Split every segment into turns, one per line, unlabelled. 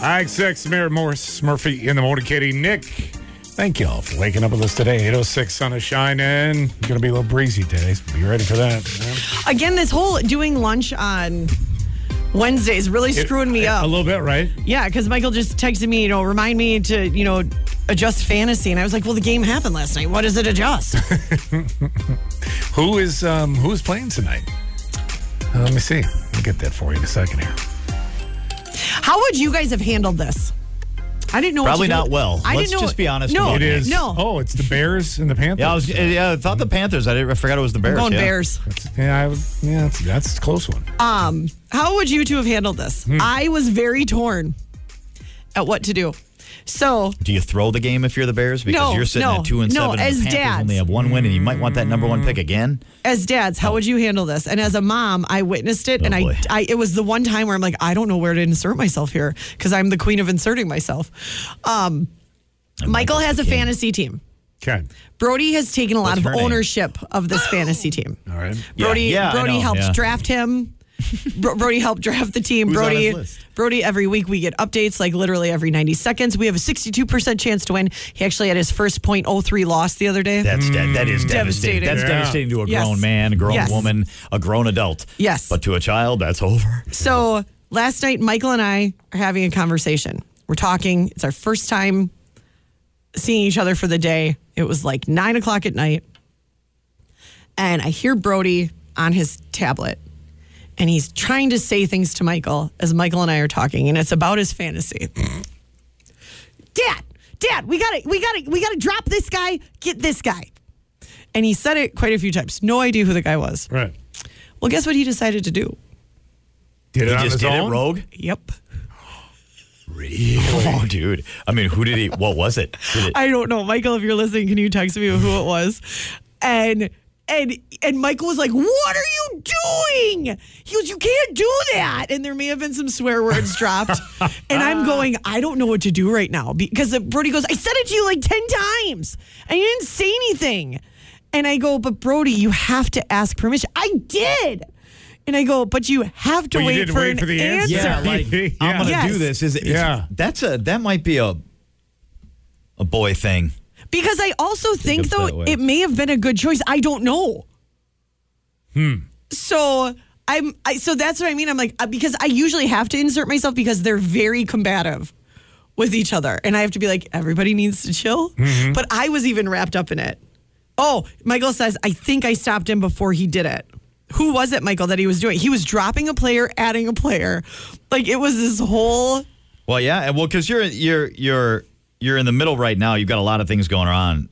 IXX Mayor Morris Murphy in the morning, Kitty. Nick, thank y'all for waking up with us today. 806 sun is shining. It's going to be a little breezy today, so be ready for that.
Again, this whole doing lunch on Wednesday is really screwing me up.
A little bit, right?
Yeah, because Michael just texted me, you know, remind me to, you know, adjust fantasy. And I was like, well, the game happened last night. What does it adjust?
Who is um, who is playing tonight? Uh, let me see. I'll get that for you in a second here.
How would you guys have handled this? I didn't know. what
Probably
to do.
not well.
I
Let's
didn't know.
just be honest
No,
with
It
you.
is.
No,
Oh, it's the Bears and the Panthers.
Yeah, I, was, yeah, I thought the Panthers. I, didn't, I forgot it was the Bears.
uh, mm. going
yeah.
Bears.
That's- yeah, I was- yeah, that's, that's a close one.
Um, how would you two have handled this?
Hmm.
I was very torn at what to do. So
Do you throw the game if you're the Bears because
No,
you're sitting
no,
at two and
no,
seven? and
as
the Panthers
dads. Mm.
only have one win, and you might want that number one pick again.
as dads, how would you handle this? And as a mom, I witnessed it, and
Oh. boy.
I, I, it was the one time where I'm like, I don't know where to insert myself here because I'm the queen of inserting myself. Um, Michael
Michael's
has
the
a
king.
fantasy team.
Okay.
Brody has taken a lot
What's
of
her name?
ownership of this fantasy team.
All right.
Yeah,
Brody,
yeah, I
Brody
know,
helped
yeah.
draft him. Bro- Brody helped draft the team.
Who's on
Brody,
his list?
Brody. Every week we get updates, like literally every ninety seconds. We have a sixty-two percent chance to win. He actually had his first .03 loss the other day.
That's de- that is devastating.
Mm. Devastating.
That's
Yeah.
devastating to a
Yes.
grown man, a grown
Yes.
woman, a grown adult.
Yes.
but to a child, that's over.
So last night, Michael and I are having a conversation. We're talking. It's our first time seeing each other for the day. It was like nine o'clock at night. And I hear Brody on his tablet. And he's trying to say things to Michael as Michael and I are talking. And it's about his fantasy. Dad, Dad, we gotta, we gotta, we gotta drop this guy, get this guy. And he said it quite a few times. No idea who the guy was.
Right.
Well, guess what he decided to do?
Did it
He
on
just
his
did
own?
it rogue.
Yep.
Oh, dude. I mean, who did he? What was it? Did it
I don't know, Michael. If you're listening, can you text me who it was? And and and Michael was like, "What are you doing?" He goes, "You can't do that." And there may have been some swear words dropped. and I'm going, I don't know what to do right now because Brody goes, "I said it to you like ten times, and you didn't say anything." And I go, "But Brody, you have to ask permission." I did. And I go, "But you have to
Well, you
wait
didn't
for
wait
an
for the answer.
answer."
yeah, like
Yeah.
I'm gonna
Yes.
do this. Is, is
Yeah.
that's a that might be a a boy thing.
Because I also think,
of it that
though
way.
it may have been a good choice. I don't know. Hmm. So I'm I so that's what I mean. I'm like uh, because I usually have to insert myself because they're very combative with each other and I have to be like everybody needs to chill.
Mm-hmm.
But I was even wrapped up in it. Oh, Michael says I think I stopped him before he did it. Who was it, Michael, that he was doing? He was dropping a player, adding a player. Like it was this whole
Well, yeah, and well, because you're you're you're you're in the middle right now. You've got a lot of things going on,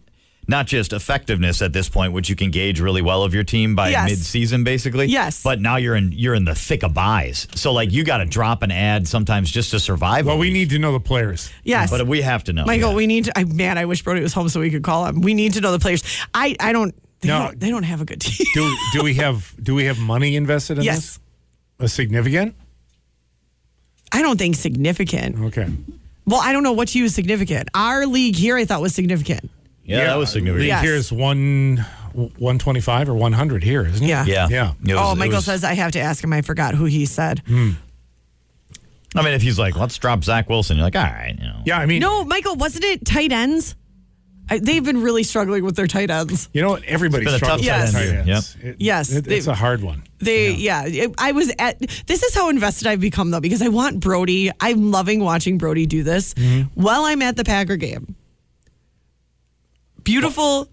not just effectiveness at this point, which you can gauge really well of your team by
Yes.
mid-season, basically.
Yes.
But now you're in you're in the thick of buys, so like you got to drop an ad sometimes just to survive.
Well, we need to know the players.
yes.
But we have to know.
Michael,
Oh, yeah.
we need to. I, man, I wish Brody was home so we could call him. We need to know the players. I, I don't. They,
No.
don't, they don't have a good team.
Do do we have do we have money invested in
yes.
this? A significant?
I don't think
Oh.
significant.
Okay.
Well, I don't know what to use significant. Our league here I thought was significant.
yeah, that was significant.
League
Yes.
here is one one twenty five or one hundred here, isn't it?
Yeah.
Yeah.
Yeah.
It was-
oh,
it
Michael
was- Hmm.
says I have to ask him. I forgot who he said.
I mean, if he's like, let's drop Zach Wilson, you're like, all right, you know.
Yeah, I mean
No, Michael, wasn't it tight ends? I, they've been really struggling with their tight ends.
you know what? Everybody's
It's been a tough
struggles with
tight
tight
end.
ends. It-
Yes.
it- it's
They-
a hard one.
They, yeah. it- I was at. This is how invested I've become though, because I want Brody. I'm loving watching Brody do this
Mm-hmm.
while I'm at the Packer game. Beautiful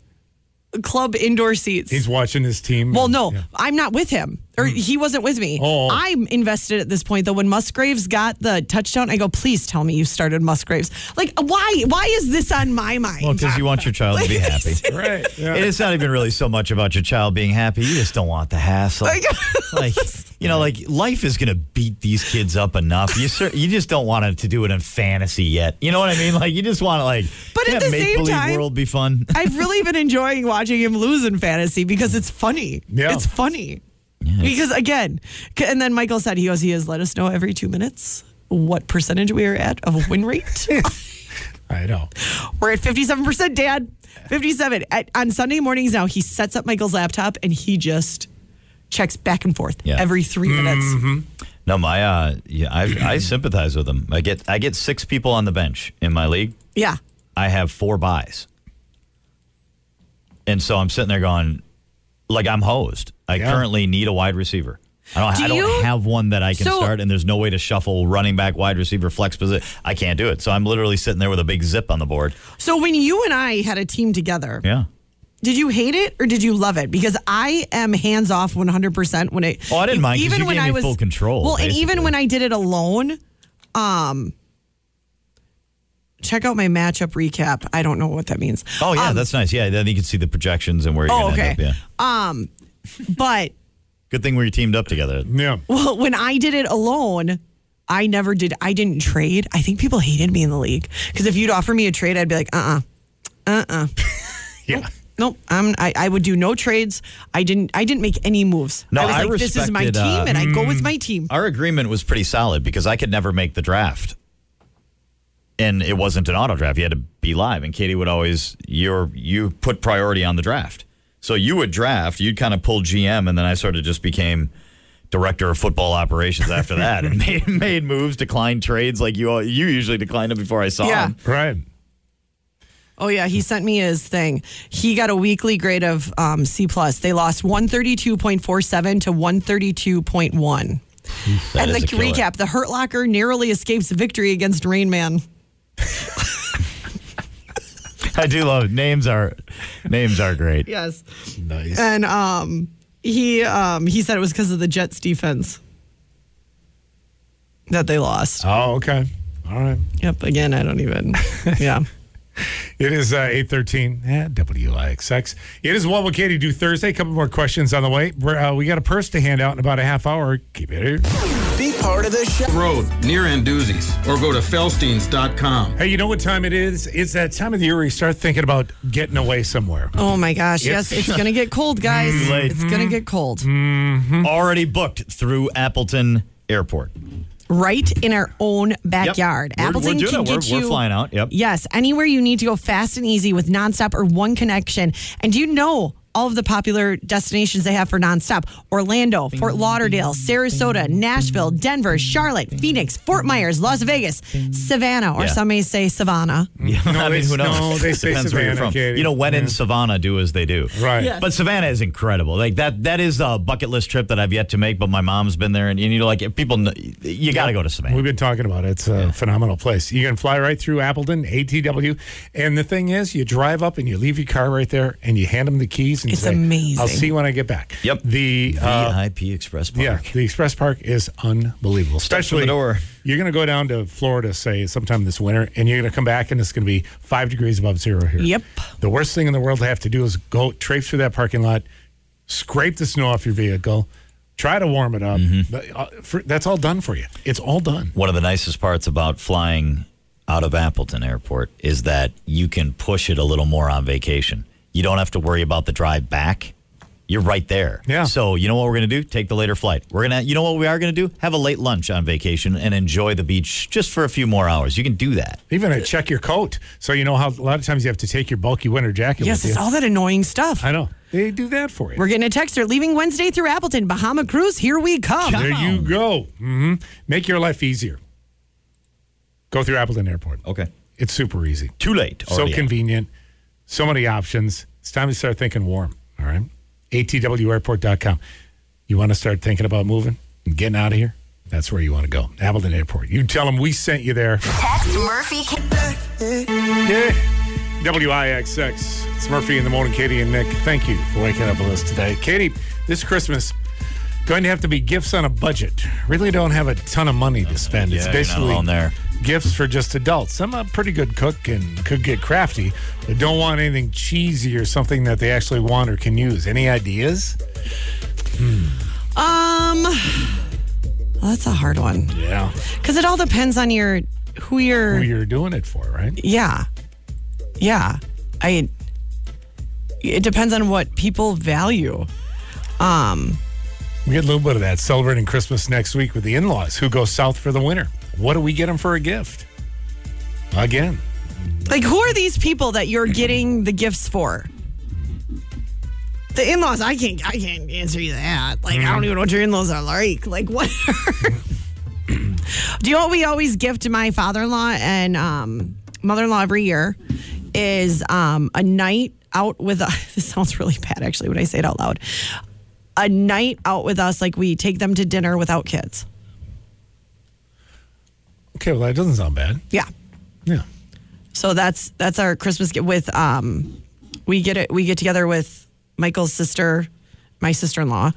club indoor seats.
He's watching his team.
well,
and-
no,
yeah. Mm.
I'm not with him, or he wasn't with me.
Oh.
I'm invested at this point though. When Musgraves got the touchdown, I go, please tell me you started Musgraves. Like, why? Why is this on my mind?
Well, because you want your child to be happy.
Right. Yeah.
And it's not even really so much about your child being happy. You just don't want the hassle.
Like-
like you know, like life is gonna beat these kids up enough. You cer- you just don't want it to do it in fantasy yet. You know what I mean? Like you just want to like
But at
yeah,
the
make
same
believe
time-
world be fun.
I've really been enjoying watching him lose in fantasy because it's funny.
Yeah.
It's funny. Because again, c- and then Michael said he goes, he has let us know every two minutes what percentage we are at of win rate.
I know.
We're at 57%, Dad. 57. At, on Sunday mornings now, he sets up Michael's laptop and he just checks back and forth
Yeah.
every 3 minutes.
No, my uh, yeah, I I sympathize with them. I get I get six people on the bench in my league.
Yeah.
I have four buys, and so I'm sitting there going, like I'm hosed. I
Yeah.
currently need a wide receiver. I don't.
Do
I don't
you-
have one that I can
So-
start, and there's no way to shuffle running back, wide receiver, flex position. I can't do it. So I'm literally sitting there with a big zip on the board.
So when you and I had a team together,
Yeah.
did you hate it or did you love it? Because I am hands off 100% when it.
Oh, I didn't mind 'cause
Even
you
when
gave
I
me
was
full control,
Well, and even
basically.
when I did it alone, um, check out my matchup recap. I don't know what that means.
Oh yeah,
Um,
that's nice. Yeah, then you can see the projections and where you're
Oh,
gonna
okay.
end up. Yeah.
but
Good thing we teamed up together.
Yeah.
well, when I did it alone, I never did. I didn't trade. I think people hated me in the league because if you'd offer me a trade, I'd be like, uh, uh
Yeah.
Nope, I'm, I I would do no trades. I didn't I didn't make any moves.
No,
I was
I
like, this is my team,
respected, uh,
and I go with my team.
Our agreement was pretty solid because I could never make the draft. And it wasn't an auto draft. You had to be live. And Katie would always you you put priority on the draft. So you would draft, you'd kind of pull GM, and then I sort of just became director of football operations after that and made, made moves, declined trades like you all, you usually declined them before I saw
Yeah.
them.
Right.
Oh yeah, he sent me his thing. He got a weekly grade of um, C plus. They lost one thirty two point four seven to one thirty two point one.
That
And the
is a killer.
recap: the Hurt Locker narrowly escapes victory against Rain Man.
I do love names are names are great.
Yes,
Nice.
and um, he um, he said it was because of the Jets defense that they lost.
Oh, okay. All right.
Yep. Again, I don't even. Yeah.
It is uh, 813 at WIXX. It is what will Katie do Thursday. A couple more questions on the way. We're, uh, we got a purse to hand out in about a half hour. Keep it here.
Be part of the show.
Road near Anduzzi's or go to felsteins.com.
Hey, you know what time it is? It's that time of the year where you start thinking about getting away somewhere.
Oh my gosh.
It's-
Yes, it's gonna get cold, guys.
late.
It's gonna get cold.
Already booked through Appleton Airport.
right in our own
Yep.
backyard.
We're-
Appleton
we're, doing
can
it. We're-
get
we're
you.
flying out. Yep.
Yes, anywhere you need to go fast and easy with nonstop or one connection. And do you know all of the popular destinations they have for nonstop? Orlando, Fort Lauderdale, Sarasota, Nashville, Denver, Charlotte, Phoenix, Fort Myers, Las Vegas, Savannah, or
Yeah.
some may say Savannah.
No,
I mean,
they-
who knows?
no, they say
Depends where you're
Savannah,
from.
Katie.
You know, when in Savannah, do as they do.
Right. Yes.
But Savannah is incredible. Like that, that is a bucket list trip that I've yet to make. But my mom's been there, and, and you know, like if people, kn- you got to go to Savannah.
We've been talking about it. It's a phenomenal place. You can fly right through Appleton, ATW. And the thing is, you drive up and you leave your car right there and you hand them the keys and
It's
say, I'll
amazing.
see you when I get back.
Yep.
The uh,
VIP Express Park.
Yeah, the Express Park is unbelievable.
Steps from the
Especially
door.
you're going to go down to Florida, say sometime this winter, and you're going to come back and it's going to be five degrees above zero here.
Yep.
The worst thing in the world to have to do is go traipse through that parking lot, scrape the snow off your vehicle, try to warm it up.
Mm-hmm.
But, uh, for- that's all done for you. It's all done.
One of the nicest parts about flying out of Appleton Airport is that you can push it a little more on vacation. You don't have to worry about the drive back. You're right there.
Yeah.
So you know what we're gonna do? Take the later flight. We're gonna, you know what we are gonna do? Have a late lunch on vacation and enjoy the beach just for a few more hours. You can do that.
Even to check your coat, so you know how a lot of times you have to take your bulky winter jacket
Yes,
with
it's
you.
all that annoying stuff.
I know they do that for you.
We're getting a text. They're leaving Wednesday through Appleton, Bahama Cruise. Here we come.
there you go. hmm Make your life easier. Go through Appleton Airport.
Okay.
It's super easy.
Too late.
so
Already out.
convenient, so many options. It's time to start thinking warm. All right. ATWairport.com. You want to start thinking about moving and getting out of here? That's where you want to go. Appleton Airport. You tell them we sent you there.
Text Murphy. K-
Yeah. WIXX. It's Murphy in the morning, Katie and Nick. Thank you for waking up with us today. Katie, this Christmas, going to have to be gifts on a budget. Really don't have a ton of money to spend.
Yeah,
it's
you're not
basically
alone there.
gifts for just adults. I'm a pretty good cook and could get crafty, but don't want anything cheesy or something that they actually want or can use. Any ideas?
Um, well, that's a hard one.
Yeah.
Because it all depends on your who you're.
Who you're doing it for, right?
yeah, yeah. I. It depends on what people value. Um.
We get a little bit of that celebrating Christmas next week with the in laws who go south for the winter. What do we get them for a gift? Again.
Like, who are these people that you're getting the gifts for? The in-laws, I can't, I can't answer you that. Like, I don't even know what your in-laws are like. Like, what? are- Do you know what we always give to my father in law and um, mother in law every year is um, a night out with us. This sounds really bad actually when I say it out loud. A night out with us, like we take them to dinner without kids.
Okay, well, that doesn't sound bad.
Yeah.
Yeah.
So that's that's our Christmas gift with um we get it we get together with Michael's sister, my sister-in-law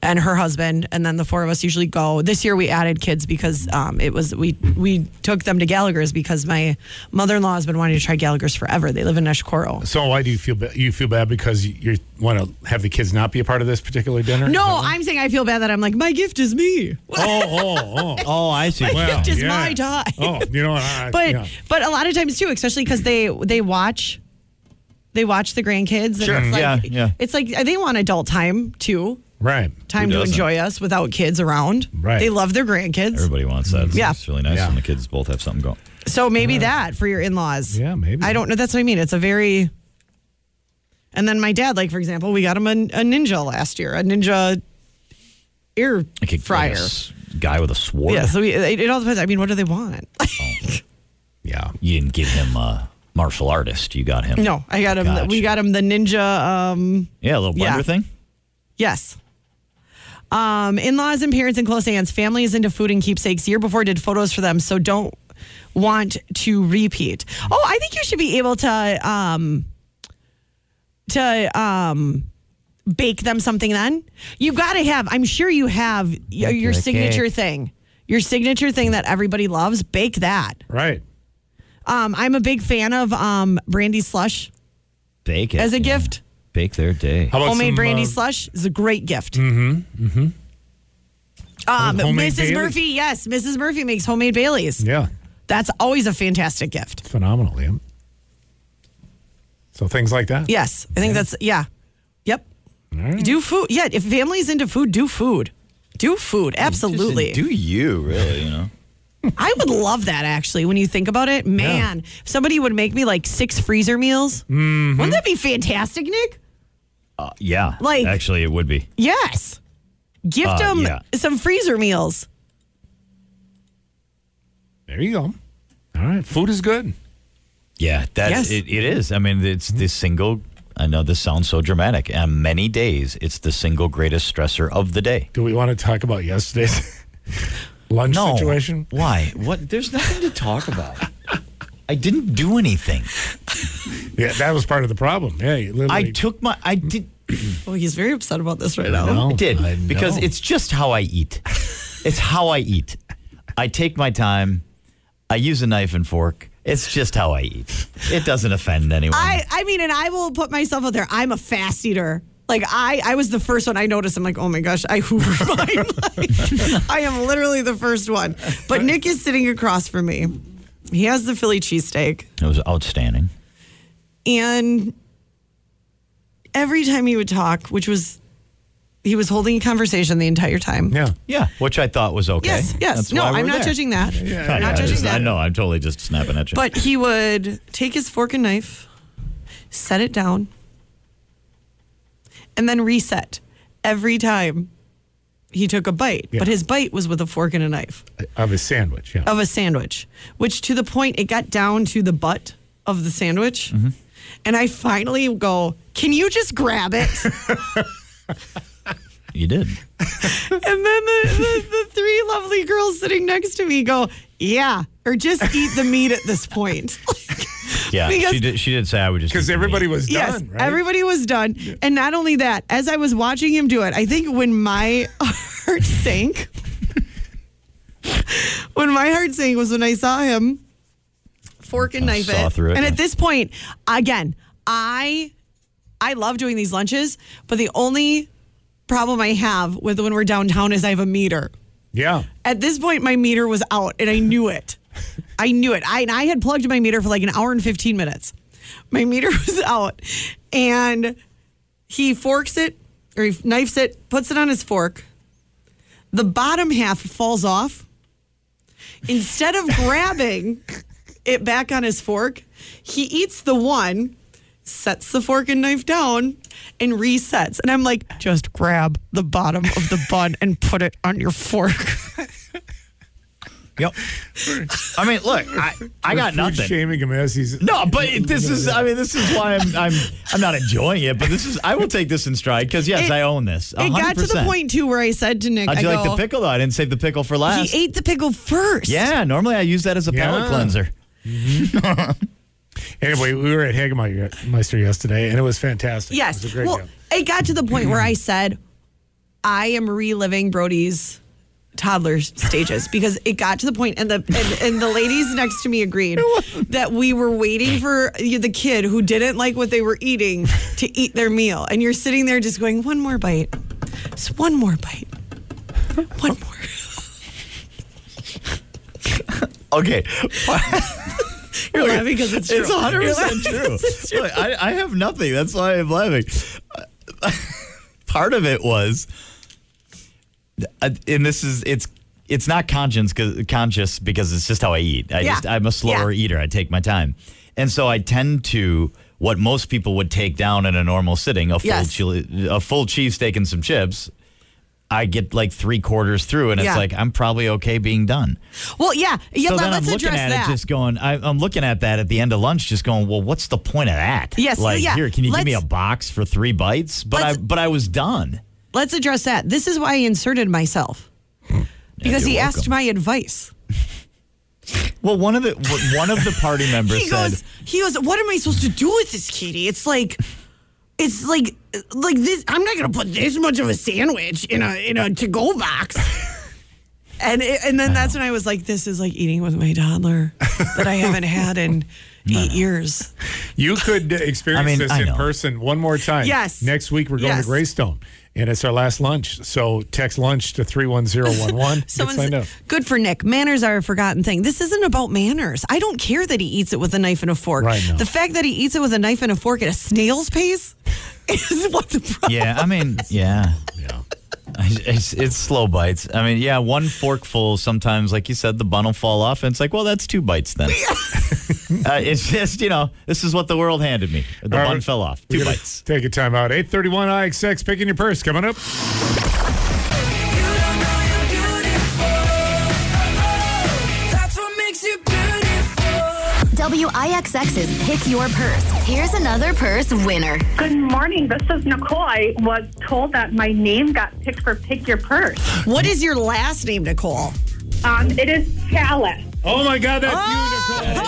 and her husband and then the four of us usually go. This year we added kids because um it was we we took them to Gallagher's because my mother-in-law has been wanting to try Gallagher's forever. They live in Neshkoro.
So why do you feel ba- you feel bad because you want to have the kids not be a part of this particular dinner?
No,
Is
I'm saying I feel bad that I'm like my gift is me.
that right? oh, oh, oh.
Oh, I see.
Well,
gift is my time.
Oh, you know, I,
But
yeah.
but a lot of times too, especially because they they watch they watch the grandkids. And It's like,
Yeah, yeah.
It's like they want adult time too,
right.
time to
doesn't?
enjoy us without kids around.
Right.
They love their grandkids,
Everybody wants that. It's,
Yeah.
it's really nice
Yeah.
when the kids both have something going.
so maybe that for your in laws.
Yeah, maybe.
I don't know. That's what I mean. It's a very. And then my dad, like for example, we got him a, a ninja last year, a ninja ear
Like a- like a
fryer.
s- guy with a sword.
yeah, so we, it, it all depends. I mean, what do they want?
Yeah.
You didn't give him a martial artist. You got him.
no, I got him. the- We
Gotcha.
got him the ninja. Um,
Yeah, a little blender
Yeah.
thing.
Yes. Um, in-laws and parents and close aunts, family is into food and keepsakes. Year before did photos for them, so don't want to repeat. Oh, I think you should be able to um to um bake them something then. You gotta have, I'm sure you have y- your
the
signature
cake.
thing. Your signature thing that everybody loves, bake that.
Right.
Um, I'm a big fan of um brandy slush
Bake it
as a
yeah.
gift.
Bake their day.
How about
Homemade
some,
brandy
uh,
slush is a great gift. Mm-hmm. Mm-hmm. Um,
Homemade
Mrs.
Bailey-
Murphy, yes, Mrs. Murphy makes homemade Baileys.
Yeah.
That's always a fantastic gift.
Phenomenal, Liam. So things like that.
Yes, I think that's yeah, yep. Do food, yeah. If families into food, do food, do food. Absolutely,
Do you really? You know.
I would love that. Actually, when you think about it, man, if somebody would make me like six freezer meals. Wouldn't that be fantastic, Nick?
Uh, yeah.
Like-
actually, it would be.
Yes. Gift
Uh,
them
yeah.
some freezer meals.
There you go. All right. Food is good.
Yeah, that
Yes.
it, it is. I mean, it's the single. I know this sounds so dramatic. On many days, it's the single greatest stressor of the day.
Do we want to talk about yesterday's lunch
No
situation?
Why? What? There's nothing to talk about. I didn't do anything.
Yeah, that was part of the problem. Yeah, you
I
literally-
took my. I did.
Oh, he's very upset about this right
I
now.
know,
I Oh, did
I
because
know.
it's just how I eat. it's how I eat. I take my time. I use a knife and fork. It's just how I eat. It doesn't offend anyone.
I, I mean, and I will put myself out there. I'm a fast eater. Like I, I was the first one I noticed. I'm like, oh my gosh, I hoover mine. Like, I am literally the first one. But Nick is sitting across from me. He has the Philly cheesesteak.
it was outstanding.
And every time he would talk, which was he was holding a conversation the entire time.
yeah.
Yeah, which I thought was okay.
Yes, yes.
That's
no,
why
I'm
we're
not
there.
judging that.
yeah,
I'm not
I
judging
just-
that.
I know. I'm totally just snapping at you.
But he would take his fork and knife, set it down, and then reset every time he took a bite.
Yeah.
But his bite was with a fork and a knife
Of a sandwich. Yeah.
of a sandwich, which to the point it got down to the butt of the sandwich. And I finally go, Can you just grab it?
you did.
and then the, the, the three lovely girls sitting next to me go, Yeah, or just eat the meat at this point.
Yeah,
Because-
she did. She did say I would just
Because
eat the
everybody
meat.
was done,
Yes,
right?
everybody was done. And not only that, as I was watching him do it, I think when my heart sank, when my heart sank was when I saw him fork and
Kinda
knife
saw
it.
through it,
and
yeah.
at this point, again, I I love doing these lunches, but the only problem I have with when we're downtown is I have a meter.
yeah.
At this point, my meter was out, and I knew it. I knew it. I and I had plugged my meter for like an hour and fifteen minutes. My meter was out, and he forks it or he knifes it, puts it on his fork. The bottom half falls off. Instead of grabbing it back on his fork, he eats the one, sets the fork and knife down, and resets. And I'm like, just grab the bottom of the bun and put it on your fork.
Yep. I mean, look, I, I got
We're food
nothing.
Shaming him as he's
No, but it- this is I mean this is why I'm I'm I'm not enjoying it, but this is I will take this in stride cuz yes,
It-
I own this.
It
100%.
got to the point too where I said to Nick,
How'd you
I
like
go,
the pickle though? I didn't save the pickle for last.
He ate the pickle first.
yeah, normally I use that as a palate
Yeah.
cleanser.
Anyway, we were at Hagemeister yesterday, and it was fantastic.
Yes.
It was a great
well,
deal.
it got to the point where I said, I am reliving Brody's toddler stages because it got to the point and the and, and the ladies next to me agreed that we were waiting for the kid who didn't like what they were eating to eat their meal and you're sitting there just going one more bite just one more bite one more
Okay.
you're laughing because it's true
It's
You're
100 percent true.
laughing 'cause it's
Look, I, I have nothing. That's why I'm laughing. Part of it was, uh, and this is it's it's not conscious 'cause- conscious because it's just how I eat. I
Yeah.
just I'm a slower
Yeah.
eater. I take my time, and so I tend to what most people would take down in a normal sitting a full
Yes.
chili, a full cheesesteak and some chips. I get like three quarters through, and
Yeah.
it's like I'm probably okay being done
well yeah yeah
so
let,
then I'm
us
looking
address
at
that
it, just going. I, I'm looking at that at the end of lunch, just going. Well, what's the point of that?
Yes,
Like
yeah,
here, can you give me a
let's-
box for three bites? But I,
Let's-
but I was done.
let's address that. This is why I inserted myself because
you're
he asked
welcome.
my advice.
Well, one of the w- one of the party members
He
said,
goes, he goes, what am I supposed to do with this, Katie? It's like, it's like, like this. I'm not gonna put this much of a sandwich in a in a to go box. And it, and then that's when I was like, this is like eating with my toddler that I haven't had in eight years.
You could uh, experience
I mean,
this
I
in
know.
person one more time.
Yes.
Next week, we're going
Yes.
to Greystone, and it's our last lunch. So text lunch to 31011. Get
Someone's
signed up.
good for Nick. Manners are a forgotten thing. This isn't about manners. I don't care that he eats it with a knife and a fork.
Right, no.
The fact that he eats it with a knife and a fork at a snail's pace is what the problem.
"Yeah, I mean, yeah,
Yeah.
it's, it's slow bites. I mean, yeah, one forkful sometimes, like you said, the bun will fall off, and it's like, well, that's two bites then. uh, it's just you know, this is what the world handed me. The
All
bun
right.
fell off,
We're
two
gonna
bites.
Take a time out. 831 IXX, picking your purse. Coming up.
WIXX's Pick Your Purse. Here's another purse winner.
Good morning. This is Nicole. I was told that my name got picked for Pick Your Purse.
What is your last name, Nicole?
Um, it is Chalice.
Oh my God, that's you, Nicole.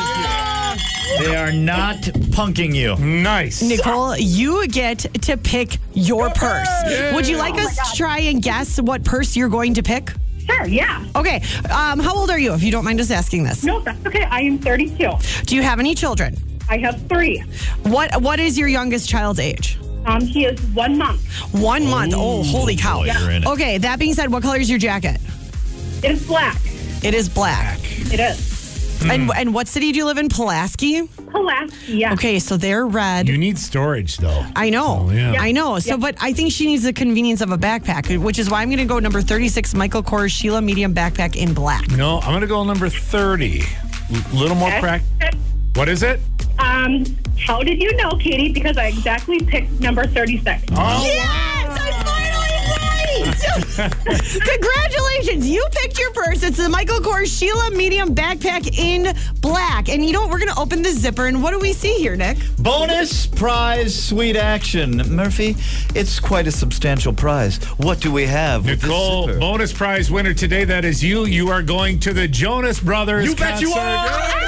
They are not punking you.
Nice.
Nicole, you get to pick your purse. Would you like us to try and guess what purse you're going to pick?
Sure, yeah.
Okay. Um, how old are you, if you don't mind us asking this?
No, that's okay. I am 32.
Do you have any children?
I have three.
What What is your youngest child's age?
Um, he is one month.
One month. oh, holy cow.
boy, you're in it.
Okay, that being said, what color is your jacket?
It is black.
It is black.
It is.
And and what city do you live in? Pulaski?
Pulaski, yeah.
Okay, so they're red.
You need storage, though.
I know.
Oh, yeah.
I know. So,
Yeah.
but I think she needs the convenience of a backpack, which is why I'm going to go number 36 Michael Kors Sheila medium backpack in black.
No, I'm going to go number 30. A little more crack. What is it?
Um, how did you know, Katie? Because I exactly picked number 36.
Oh,
Yes, I'm finally right. Congratulations. You picked your purse. It's the Michael Kors Sheila medium backpack in black. And you know what? We're going to open the zipper. And what do we see here, Nick?
Bonus prize, sweet action. Murphy, it's quite a substantial prize. What do we have? with this
Nicole,
zipper?
bonus prize winner today. That is you. You are going to the Jonas Brothers.
You bet you
concert.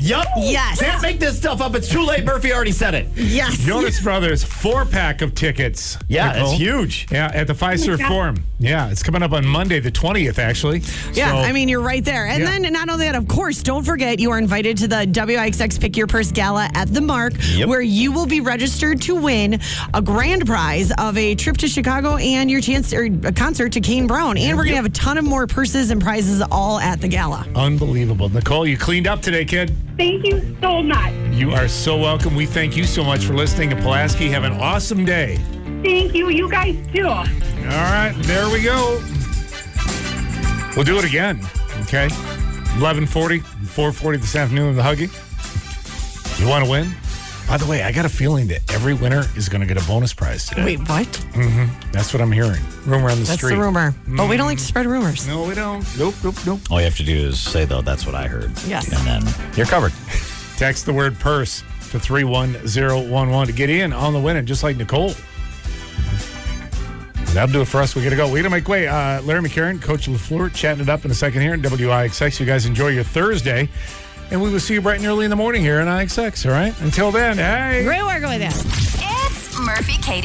Yup.
Yes.
Can't make this stuff up. It's too late. Murphy already said it.
Yes.
Jonas Brothers four pack of tickets.
Yeah,
Nicole.
it's huge.
Yeah, at the Pfizer
God.
Forum. Yeah, it's coming up on Monday, the twentieth, actually.
Yeah,
So-
I mean, you're right there. And
Yeah.
then, not only that, of course, don't forget you are invited to the WIXX Pick Your Purse Gala at the Mark,
Yep.
where you will be registered to win a grand prize of a trip to Chicago and your chance or a concert to Kane Brown. And we're going to have a ton of more purses and prizes all at the gala.
unbelievable. Nicole, you cleaned up today, kid.
Thank you so much.
You are so welcome. We thank you so much for listening to Pulaski. Have an awesome day.
Thank you. You guys too.
All right, there we go. We'll do it again. Okay. 1140, 440 this afternoon in the Huggy. You want to win? By the way, I got a feeling that every winner is going to get a bonus prize today.
Wait, what?
That's Mm-hmm. what I'm hearing. Rumor on the
That's
street.
the rumor. But we don't like to spread rumors.
No, we don't. Nope, nope, nope.
All you have to do is say, though, that's what I heard.
Yes.
And then you're covered.
Text the word purse to 31011 to get in on the winning, just like Nicole. That'll do it for us. We got to go. We got to make way. Uh, Larry McCarron, Coach LaFleur, chatting it up in a second here in WIXX. You guys enjoy your Thursday, and we will see you bright and early in the morning here in IXX, all right? Until then, hey.
Great work with that.
It's Murphy, Katie.